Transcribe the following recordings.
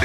It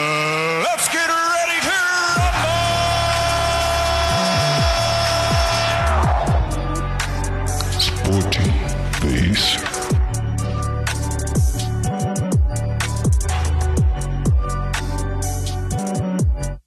let's get ready to rumble! Sporting base.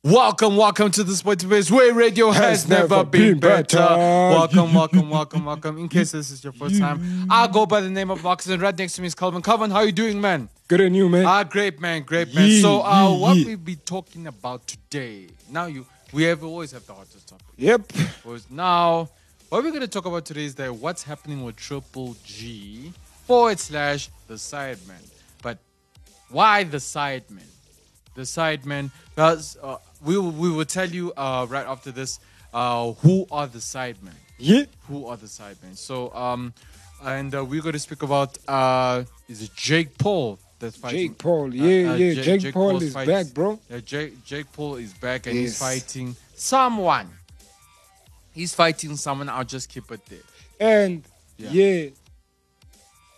Welcome, welcome to the Sports Biz where radio has, has never, never, been, been better. better. Welcome, welcome, welcome, welcome. In case this is your first time, I go by the name of Boxer and right next to me is Calvin. Calvin, how you doing, man? Good and you, man. Ah, great man, great man. Yeah, so uh, yeah, what yeah. we be talking about today. Now you we have always have the hottest topic. Yep. Was now what we're gonna talk about today is that what's happening with Triple G forward slash the sideman. But why the sideman? The sideman. Because uh, we will, we will tell you uh, right after this uh, who are the sidemen. Yeah. Who are the sidemen? So um, and uh, we're gonna speak about uh, is it Jake Paul that's fighting? Uh, Jake Paul, yeah, yeah, Ja- Jake Paul Paul's is fight- back, bro. Yeah, Jake Jake Paul is back and he's Yes. fighting someone. He's fighting someone. I'll just keep it there. And Yeah. yeah,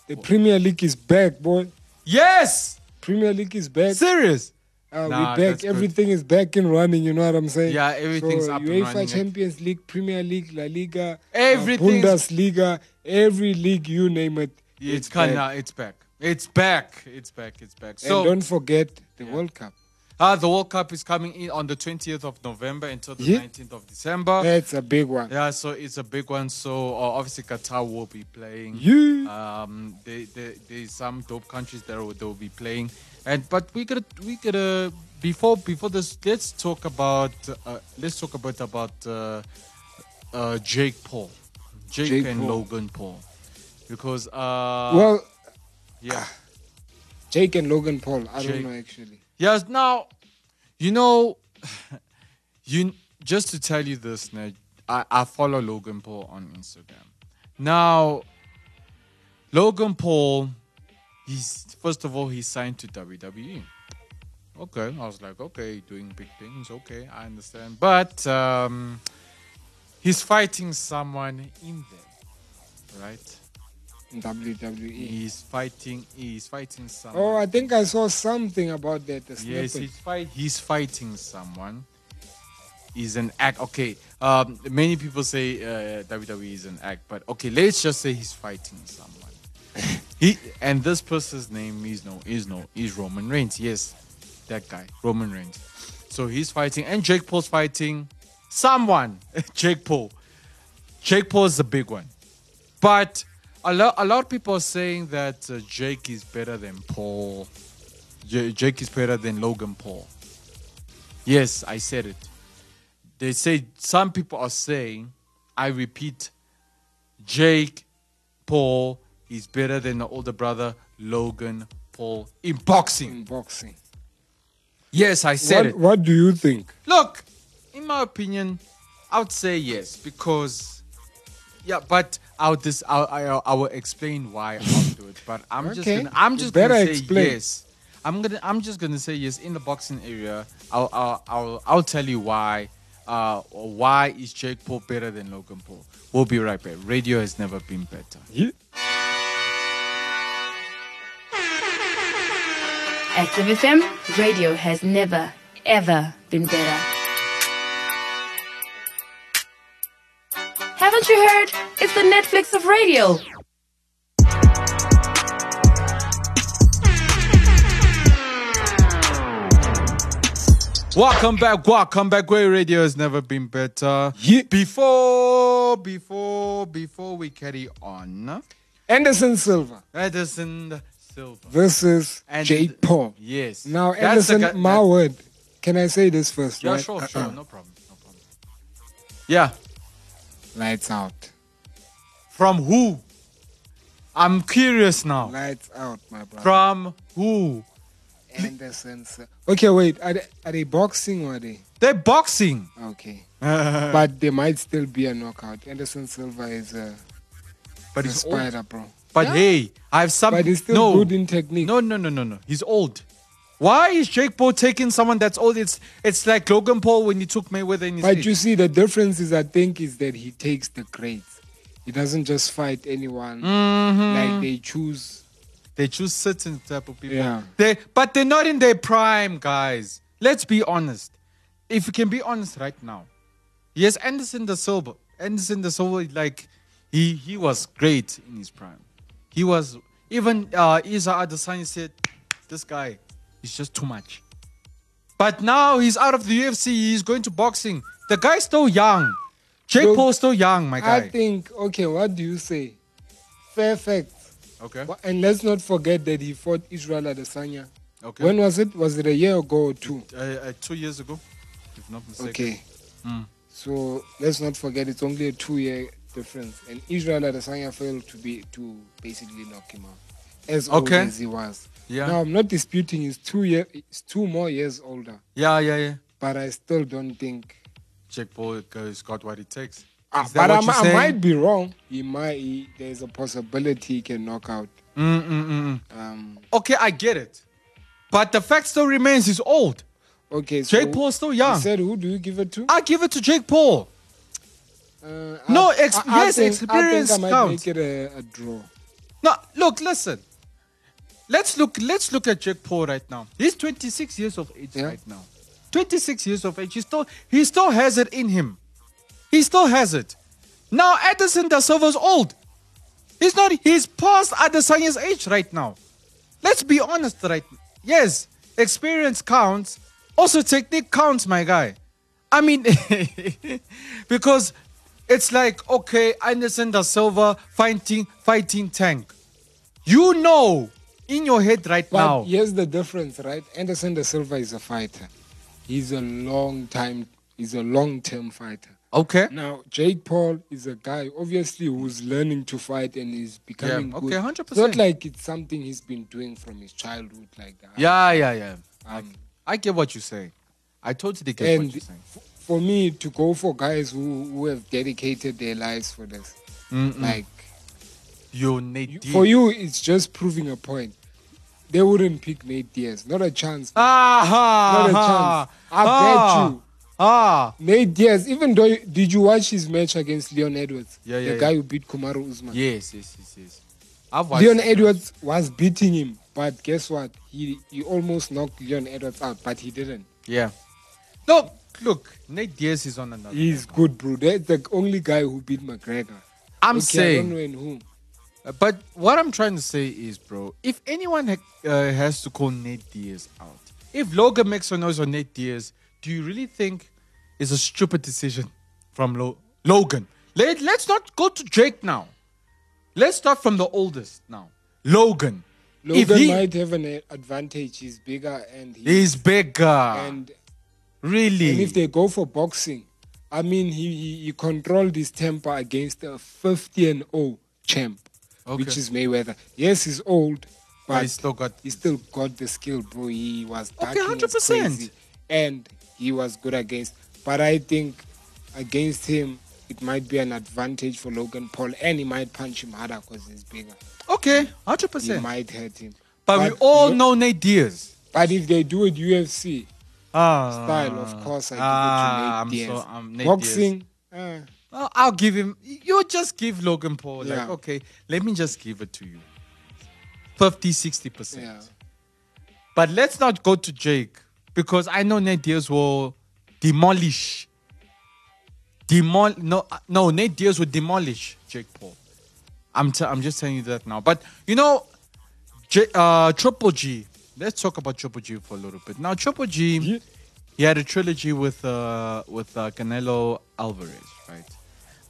the Premier League is back, boy. Yes, Premier League is back. serious. Uh, Nah, we that's back. good. Everything is back and running. You know what I'm saying? Yeah, everything's so, up and UEFA running. eh? Champions League, Premier League, La Liga, Everything's- uh, Bundesliga, every league you name it. It's back. kind of it's back. It's back. It's back. It's back. So and don't forget the World Cup. Ah, the World Cup is coming in on the 20th of November until the Yeah. 19th of December. Yeah. That's a big one. so it's a big one. So uh, obviously Qatar will be playing. Yeah. Um, they, they, there's some dope countries that will, they'll be playing. And but we gotta we gotta before before this let's talk about uh, let's talk a bit about uh, uh, Jake Paul, Jake, Jake and Paul. Logan Paul, because uh, well, yeah. Jake and Logan Paul. I Jake. don't know actually. Yes. Now, you know, you just to tell you this, Ned, I, I follow Logan Paul on Instagram. Now, Logan Paul, he's first of all he signed to WWE. Okay, I was like, okay, doing big things. Okay, I understand, but um, he's fighting someone in there, right? In WWE. He's fighting. He's fighting someone. Oh, I think I saw something about that. The Yes, snippet. he's fight. He's fighting someone. He's an act. Okay, um, many people say uh, WWE is an act, but okay, let's just say he's fighting someone. he and this person's name is no, is no, is Roman Reigns. Yes, that guy, Roman Reigns. So he's fighting, and Jake Paul's fighting someone. Jake Paul. Jake Paul is the big one, but a lot a lot of people are saying that uh, Jake is better than Paul. J- Jake is better than Logan Paul. Yes, I said it. They say some people are saying, I repeat, Jake Paul is better than the older brother Logan Paul in boxing. in boxing. Yes, I said What, it. what do you think? Look, in my opinion, I would say yes because, yeah, but I'll dis- I'll, I'll I will explain why afterwards. But I'm just Okay. gonna, I'm You just better gonna say explain. yes. I'm gonna I'm just gonna say yes in the boxing area. I'll I'll I'll, I'll tell you why. Uh, why is Jake Paul better than Logan Paul? We'll be right back. Radio has never been better. Active FM, radio has never, ever been better. Haven't you heard? It's the Netflix of radio. Welcome back, welcome back. Way radio has never been better. Yeah. Before, before, before we carry on, Anderson Silva Edison Silva. versus And- Jake Paul. Yes. Now, That's the Anderson, Uh-uh. guy- my that- word. Can I say this first? Yeah, right? sure, sure, no problem, no problem. Yeah, Lights out. from who? I'm curious now. Lights out, my brother. From who? Anderson Silva. Okay, wait. Are they, are they boxing or are they? They're boxing. Okay. but But there might still be a knockout. Anderson Silva is a, a he's old. spider, bro. But hey, I have some. But he's still no. good in technique. no, no, no, no, no. He's old. Why is Jake Paul taking someone that's old? It's it's like Logan Paul when he took Mayweather in his But age. you see, the difference is, I think, is that he takes the greats. He doesn't just fight anyone. Mm-hmm. Like they choose. They choose certain type of people. Yeah. They but they're not in their prime, guys. Let's be honest. If we can be honest right now. Yes, Anderson the Silva. Anderson the Silva, like he he was great in his prime. He was even uh Isa Adesanya said, This guy is just too much. But now he's out of the UFC, he's going to boxing. The guy's still young. Jake Bro, Paul's still young, my guy. I think. Okay, what do you say? Fair facts. okay. Wha- And let's not forget that he fought Israel Adesanya. Okay. When was it? Was it a year ago or two? uh, uh, two years ago, if not mistaken. Okay. Mm. So let's not forget it's only a two-year difference, and Israel Adesanya failed to be to basically knock him out, as Okay. old as he was. Yeah. Now I'm not disputing he's two year, he's two more years older, Yeah, yeah, yeah. but I still don't think. Jake Paul has got what it takes. Ah, Is that but I, what you're I saying? might be wrong. He might. He, there's a possibility he can knock out. Mm, mm, mm, mm. Um. Okay, I get it. But the fact still remains he's old. Okay. So Jake Paul's still You young. said who do you give it to? I give it to Jake Paul. Uh, No, ex- yes, experience I think I might counts. make it a, a draw. No, look, listen. Let's look let's look at Jake Paul right now. He's 26 years of age Yeah. right now. 26 years of age. He still he still has it in him. He still has it. Now Edison da Silva's old. He's not he's past Adesanya's age right now. Let's be honest right Yes, experience counts. Also technique counts, my guy. I mean because it's like okay, Anderson da Silva fighting fighting tank. You know in your head right But now. here's the difference, right? Anderson da Silva is a fighter. He's a long time. He's a long term fighter. Okay. Now Jake Paul is a guy obviously who's learning to fight and is becoming Yeah, good. okay, 100%. It's Not like it's something he's been doing from his childhood like that. Yeah, yeah, yeah. Um, I get what you're saying. I totally get what and you're saying. f- for me to go for guys who, who have dedicated their lives for this, like You Nate you- Diaz. for you, it's just proving a point. They wouldn't pick Nate Diaz. Not a chance. Aha. Not a aha, chance. I bet ah, you. Ah. Nate Diaz, even though did you watch his match against Leon Edwards? Yeah, the yeah, guy yeah. who beat Kumaru Usman. Yes, yes, yes, yes. I've watched Leon it. Edwards was beating him, but guess what? He he almost knocked Leon Edwards out, but he didn't. Yeah. Look, look, Nate Diaz is on another. He's good, bro. That's the only guy who beat McGregor. I'm Okay, I saying. don't know in whom. Uh, But what I'm trying to say is, bro, if anyone ha- uh, has to call Nate Diaz out, if Logan makes a noise on Nate Diaz, do you really think it's a stupid decision from Lo- Logan? Let- let's not go to Jake now. Let's start from the oldest now. Logan. If Logan he- might have an a- advantage. He's bigger and he, He's bigger. and really. and if they go for boxing, I mean he he, he controlled his temper against a 50 and 0 champ, which Okay. is Mayweather. Yes, he's old, But but he's still got- he still got the skill, bro. He was Okay, darting as 100%. crazy, and he was good against. But I think against him. It might be an advantage for Logan Paul, and he might punch him harder because he's bigger. okay, He 100%. might hurt him. but, we all Lo- know Nate Diaz. But if they do it UFC, Ah, style, of course, I ah, give it to Nate I'm Diaz. so- I'm Nate Diaz. Boxing, uh, Well, I'll give him. You just give Logan Paul, like, Yeah. okay, let me just give it to you 50, 60%. yeah. But let's not go to Jake because I know Nate Diaz will demolish. Demol- no, uh, no, Nate Diaz will demolish Jake Paul. I'm, t- I'm just telling you that now. But, you know, J- uh, Triple G. Let's talk about Triple G for a little bit. Now, Triple G, Ye- he had a trilogy with uh, with uh, Canelo Alvarez, right?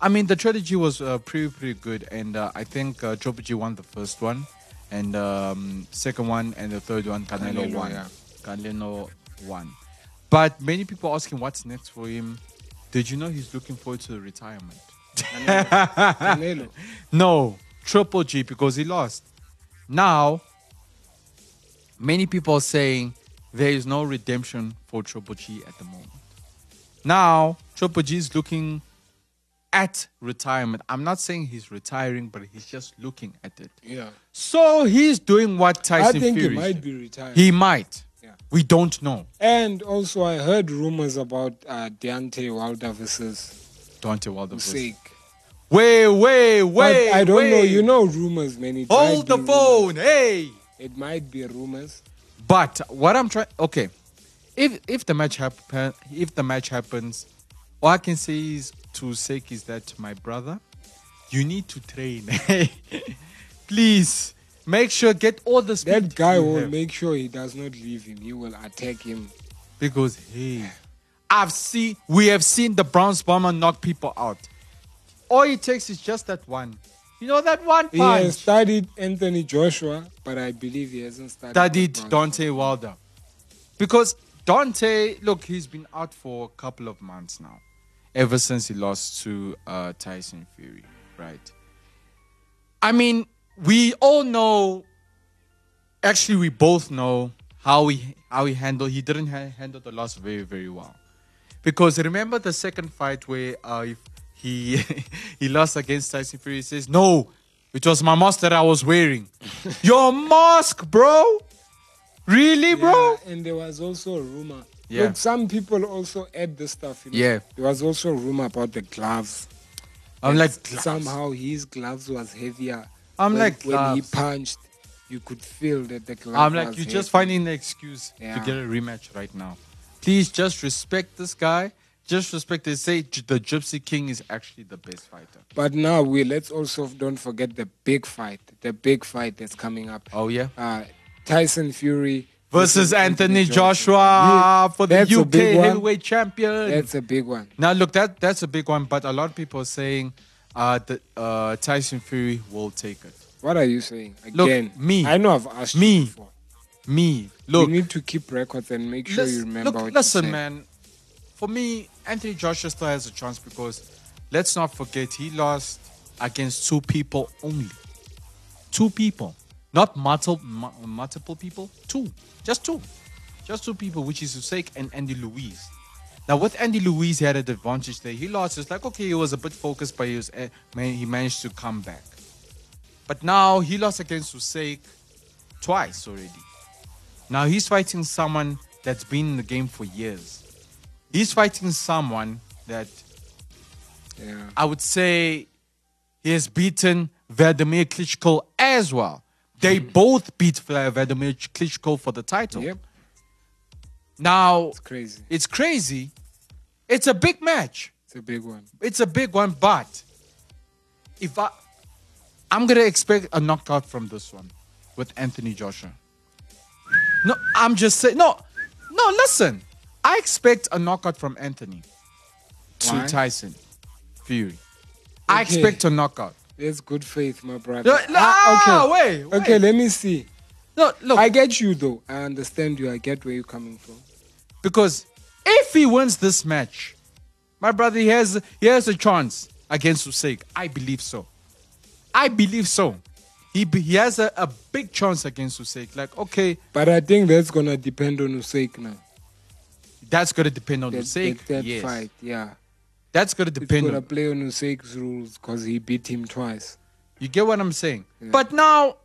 I mean, the trilogy was uh, pretty pretty good, and uh, I think uh, Triple G won the first one, and um, second one, and the third one, Canelo, Canelo, won. yeah. Canelo won. But many people asking what's next for him. Did you know he's looking forward to the retirement? Ah. Canelo. No, Triple G because he lost. Now, many people are saying there is no redemption for Triple G at the moment. Now, Triple G is looking at retirement. I'm not saying he's retiring, but he's just looking at it. Yeah. So he's doing what I Tyson think he Fury might did. be retired. He might. Yeah. We don't know. And also, I heard rumors about uh, Deontay Wilder versus Dante Wilder. versus- Usyk. Way, way, But way. I don't know. way. You know, rumors, man. It Hold the might be phone. rumors. Hey. It might be rumors. But what I'm trying, okay, if if the match happen, if the match happens, all I can say is to Sek is that my brother, you need to train. Please make sure get all the speed. That guy you will have. make sure he does not leave him. He will attack him. because hey, I've seen we have seen the Browns bomber knock people out. All it takes is just that one. You know that one He punch. has studied Anthony Joshua, but I believe he hasn't studied. studied LeBron. Dante Wilder. Because Dante, look, he's been out for a couple of months now, ever since he lost to uh, Tyson Fury, right? I mean, we all know. Actually, we both know how he how he handled. He didn't ha- handle the loss very very well, because remember the second fight where uh, if he he lost against Tyson Fury. He says, "No, it was my mask that I was wearing. Your mask, bro. Really, bro? Yeah, and there was also a rumor. Yeah. Look, some people also add this stuff. You know? Yeah. There was also a rumor about the gloves. I'm like Somehow his gloves was heavier. I'm When- like, when he gloves. punched, you could feel that the glove. I'm like, was you're just heavy. finding an excuse to Yeah. get a rematch right now. Please just respect this guy. Just respect. They say J- the Gypsy King is actually the best fighter. But now we let's also don't forget the big fight. The big fight that's coming up. Oh, yeah? Uh, Tyson Fury Versus Anthony Joshua Yeah, for the that's a UK big one. heavyweight champion. That's a big one. now, look, that that's a big one, but a lot of people are saying uh, that uh, Tyson Fury will take it. What are you saying Look, again? me. I know I've asked Me. you before. Me, look, you need to keep records and make sure you Lis- remember. Look, what you listen, said. man. For me, Anthony Joshua still has a chance because let's not forget he lost against two people only. Two people, not multiple multiple people. Two, just two, just two people, which is Usyk and Andy Ruiz. Now with Andy Ruiz, he had an advantage there. He lost. It's like okay, he was a bit focused, but he was eh, man, he managed to come back. But now he lost against Usyk twice already. Now he's fighting someone that's been in the game for years. He's fighting someone that Yeah. I would say he has beaten Vladimir Klitschko as well. They both beat Vla- Vladimir Klitschko for the title. Yep. Now It's crazy. it's crazy. It's a big match. It's a big one. It's a big one, but if I, I'm gonna expect a knockout from this one with Anthony Joshua. No, I'm just saying. No, no. Listen, I expect a knockout from Anthony to Why? Tyson Fury. I Okay. expect a knockout. There's good faith, my brother. No, no, Ah, wait, okay. wait. Okay, let me see. No, look, I get you though. I understand you. I get where you're coming from. because if he wins this match, my brother, he has he has a chance against Usyk. I believe so. I believe so. He be- he has a, a big chance against Usyk. Like okay, But I think that's gonna depend on Usyk now. that's gonna depend on That, Usyk. that, that yes, fight, yeah. that's gonna It's depend. gonna on, play on Usyk's rules because he beat him twice. you get what I'm saying? But now,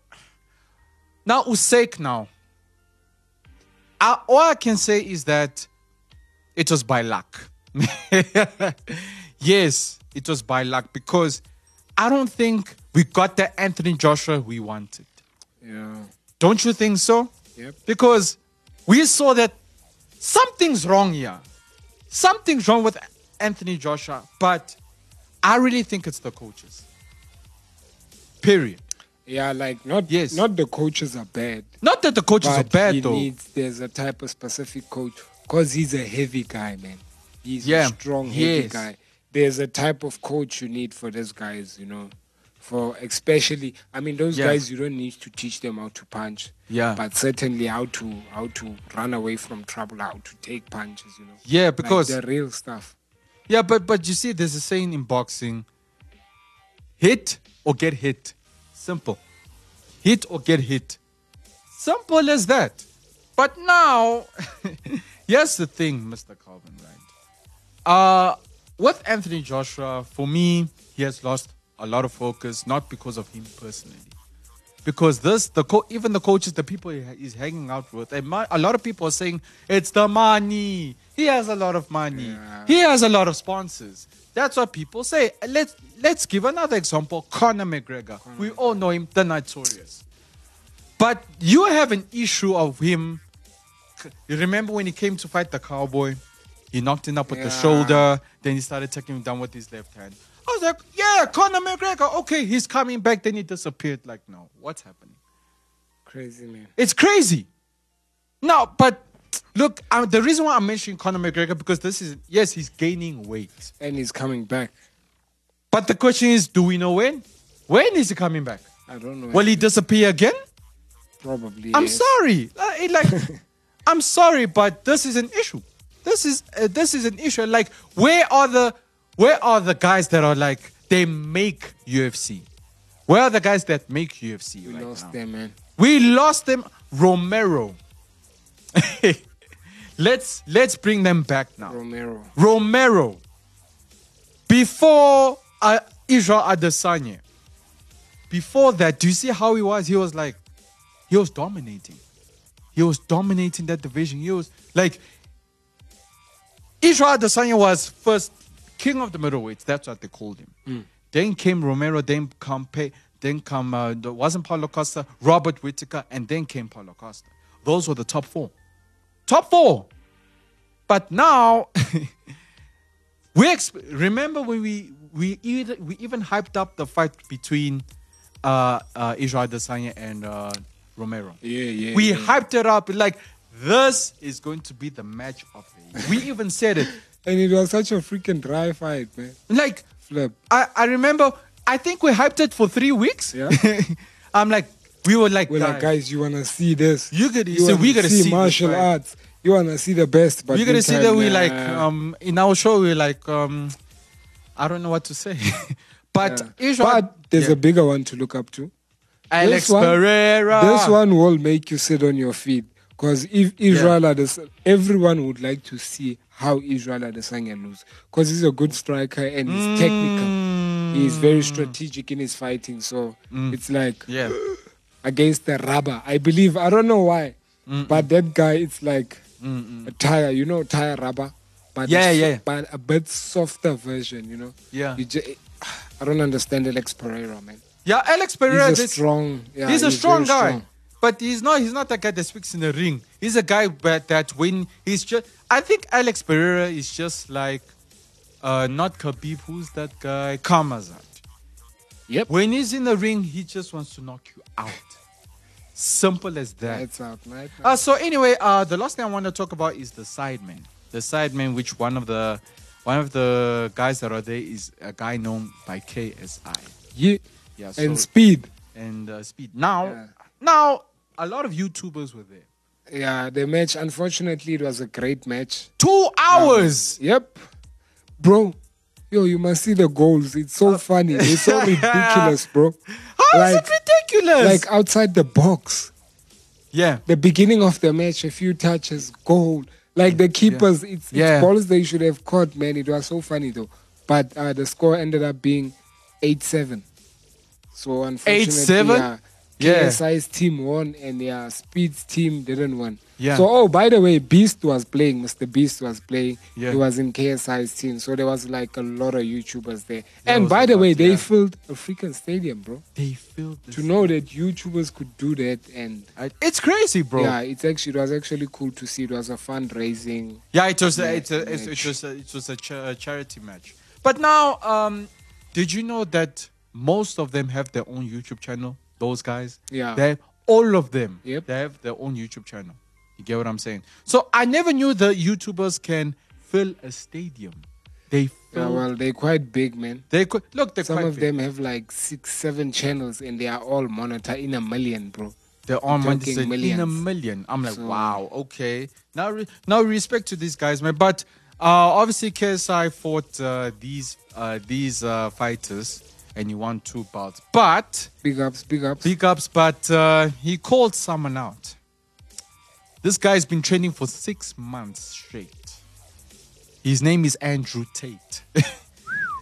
now Usyk now. I, all I can say is that it was by luck. yes, it was by luck because I don't think we got the Anthony Joshua we wanted. Yeah. Don't you think so? Yep. Because we saw that something's wrong here. Something's wrong with Anthony Joshua, but I really think it's the coaches. Period. Yeah, like not Yes. not the coaches are bad. Not that the coaches are but he bad though. needs there's a type of specific coach because he's a heavy guy, man. He's Yeah. a strong, heavy Yes. guy. There's a type of coach you need for these guys, you know. For especially, I mean, those Yeah. guys you don't need to teach them how to punch, Yeah. but certainly how to how to run away from trouble, how to take punches, you know. Yeah, Like because- the real stuff. Yeah, but but you see, there's a saying in boxing: hit or get hit. Simple. Hit or get hit. Simple as that. But now, here's the thing, Mr. Calvin, right? Uh, with Anthony Joshua, for me, he has lost a lot of focus, not because of him personally, because this the co- even the coaches the people he- he's hanging out with and my, a lot of people are saying it's the money he has a lot of money he has a lot of sponsors that's what people say let's let's give another example conor mcgregor we all know him the notorious but you have an issue of him you remember when he came to fight the cowboy he knocked him up with the Yeah. shoulder then he started taking him down with his left hand i was like yeah conor mcgregor okay he's coming back then he disappeared like no what's happening Crazy man. it's crazy. No, but look, um, the reason why I'm mentioning Conor McGregor because this is yes, he's gaining weight. And he's coming back. But the question is, do we know when? When is he coming back? I don't know. Will he disappear again? probably. I'm yes. sorry. Uh, it like, I'm sorry, but this is an issue. This is uh, this is an issue. Like, where are the where are the guys that are like they make UFC? Where are the guys that make UFC? We right lost now? them, man. We lost them, Romero. let's let's bring them back now. Romero. Romero. Before uh, Israel Adesanya. Before that, do you see how he was? He was like, he was dominating. He was dominating that division. He was like, Israel Adesanya was first king of the middleweights. That's what they called him. Then came Romero. Then come Pe- Then come uh, there wasn't Paulo Costa, Robert Whitaker, and then came Paulo Costa. Those were the top four. Top four. But now we exp- remember when we we either, we even hyped up the fight between uh, uh, Israel Adesanya and uh, Romero. Yeah, yeah, We yeah. hyped it up like this is going to be the match of the year. We even said it And it was such a freaking dry fight, man. like Flip. I, I remember I think we hyped it for three weeks. Yeah. I'm like we were like, We're guys, like, guys, you wanna see this? You gotta- you so wanna we gotta see this, martial right? arts. You wanna see the best, but you're gonna this see time, that we like nah. um in our show we're like um I don't know what to say. but Yeah. Israel but there's Yeah. a bigger one to look up to. Alex This one- Pereira. This one will make you sit on your feet because if Israel Ades- everyone would like to see how Israel Adesanya lose because he's a good striker and he's technical. He's very strategic in his fighting, so it's like Mm. Yeah. against the rubber. I believe I don't know why, but that guy it's like a tire, you know, tire rubber, but Yeah, it's- yeah. but a bit softer version, you know. Yeah. you ju- I don't understand Alex Pereira, man. Yeah, Alex He's Pereira a this- strong. Yeah, he's a very strong guy. But he's not he's not that guy that speaks in the ring. He's a guy that, that when he's just I think Alex Pereira is just like uh not Khabib, who's that guy? Kamazat. Yep. When he's in the ring, he just wants to knock you out. Simple as that. That's out, right? Uh, so anyway, uh, the last thing I want to talk about is the sidemen. The sidemen, which one of the one of the guys that are there is a guy known by KSI yeah. Yeah, and so- speed. and uh, Speed. Now, Yeah. now a lot of YouTubers were there. Yeah, the match. Unfortunately, it was a great match. Two hours. Yep, bro. Yo, you must see the goals. It's so funny. It's so ridiculous, bro. Uh, How is Like- it ridiculous? Like uh, outside the box. yeah, the beginning of the match, a few touches, goal. Like the keepers, it's, it's Mm, Yeah. balls they should have caught, man. It was so funny though. But uh, the score ended up being 8 7. So unfortunately, 8-7? yeah, Yeah. KSI's team won and yeah, Speed's team didn't win. Yeah. So, oh, by the way, Beast was playing. Mr. Beast was playing. Yeah. He was in KSI's team. So there was like a lot of YouTubers there. There and was by a the way, lot, they yeah. filled a freaking stadium, bro. they filled this. To know that YouTubers could do that and I- it's crazy, bro. yeah, it's actually it was actually cool to see. It was a fundraising. Yeah, it was a, Yeah, it, it, it match. was a, it was a, cha- a charity match. But now, um, did you know that most of them have their own YouTube channel? Those guys, Yeah. they have, all of them, Yep. they have their own YouTube channel. You get what I'm saying? So I never knew the YouTubers can fill a stadium. They Yeah, fill. well, they're quite big, man. they could look. Mm. They're Some quite of big. them have like six, seven channels, and they are all monitored in a million, bro. They're on We're one talking said, in a millions. million. I'm like, So- wow, okay. Now, re- now respect to these guys, man. But uh, obviously, KSI fought uh, these uh, these uh, fighters, and he won two bouts. But Big ups, big ups. big ups, but uh, he called someone out. This guy's been training for six months straight. His name is Andrew Tate.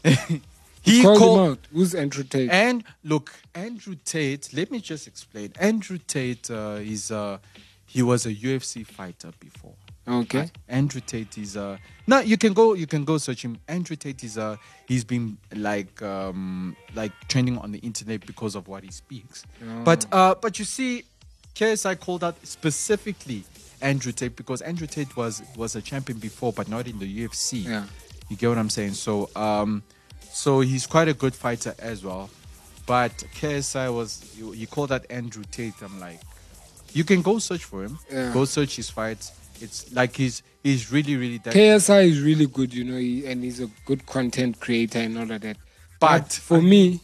He Call called him out. Who's Andrew Tate? and look, Andrew Tate. Let me just explain. Andrew Tate uh, is uh, he was a UFC fighter before. Okay. right? Andrew Tate is uh, now you can go you can go search him. Andrew Tate is uh, he's been like um, like trending on the internet because of what he speaks. Oh. But uh, but you see, KSI called out specifically Andrew Tate because Andrew Tate was was a champion before, but not in the UFC. Yeah. You get what I'm saying? So um, so he's quite a good fighter as well. But KSI was you, you call that Andrew Tate. I'm like, you can go search for him. Yeah. Go search his fights. It's like he's he's really really that. KSI is really good, you know, he, and he's a good content creator and all of that. But- for me,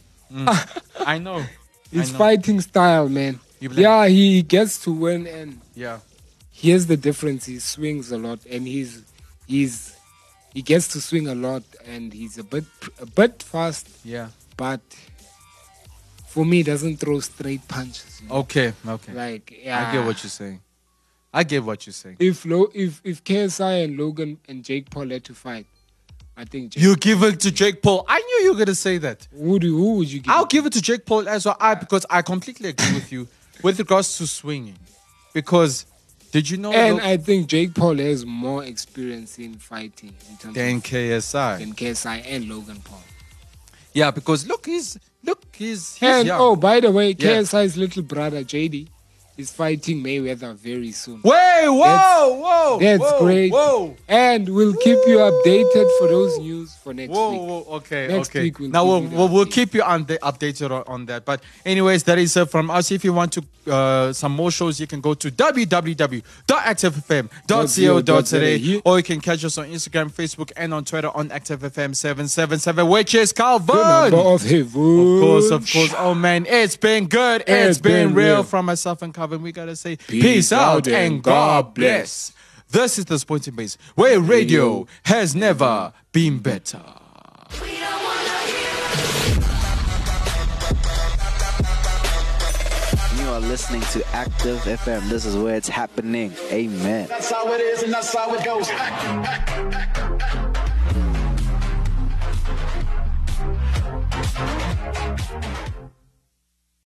I know. his I know. fighting style, man. You blame- Yeah, he gets to win, and Yeah. here's the difference: he swings a lot, and he's he's he gets to swing a lot, and he's a bit a bit fast, Yeah. but for me, he doesn't throw straight punches. you know? Okay. Okay. Like, yeah, I get what you're saying. I get what you're saying. If Lo, if if KSI and Logan and Jake Paul had to fight, I think Jake, You give it to Jake Paul. I knew you were gonna say that. who do who would you give? I'll give it to Jake Paul as well. I because I completely agree with you with regards to swinging. Because did you know? And Lo- I think Jake Paul has more experience in fighting in terms than of KSI. than KSI and Logan Paul. Yeah, because look, he's look, he's, he's And young. oh, by the way, Yeah. KSI's little brother JD is fighting Mayweather very soon. Wait, whoa, whoa, That's whoa, great. Whoa, And we'll keep you updated for those news for next whoa, week. whoa. Okay, Next okay. week we'll now give we'll, you the we'll, we'll update. keep you on the updated on, on that. But anyways, that is uh, from us. If you want to uh, some more shows, you can go to www.activefm.co.za Yeah. or you can catch us on Instagram, Facebook, and on Twitter on ActiveFM777, which is The number Calvin. of heaven. Of course, of course. Oh man, it's been good. It's been, real. real. from myself and Calvin. We gotta say peace, Peace out out and and God God bless. This is the Sporting Base where radio has never been better. You are listening to Active FM. This is where it's happening. Amen. That's how it is, and that's how it goes.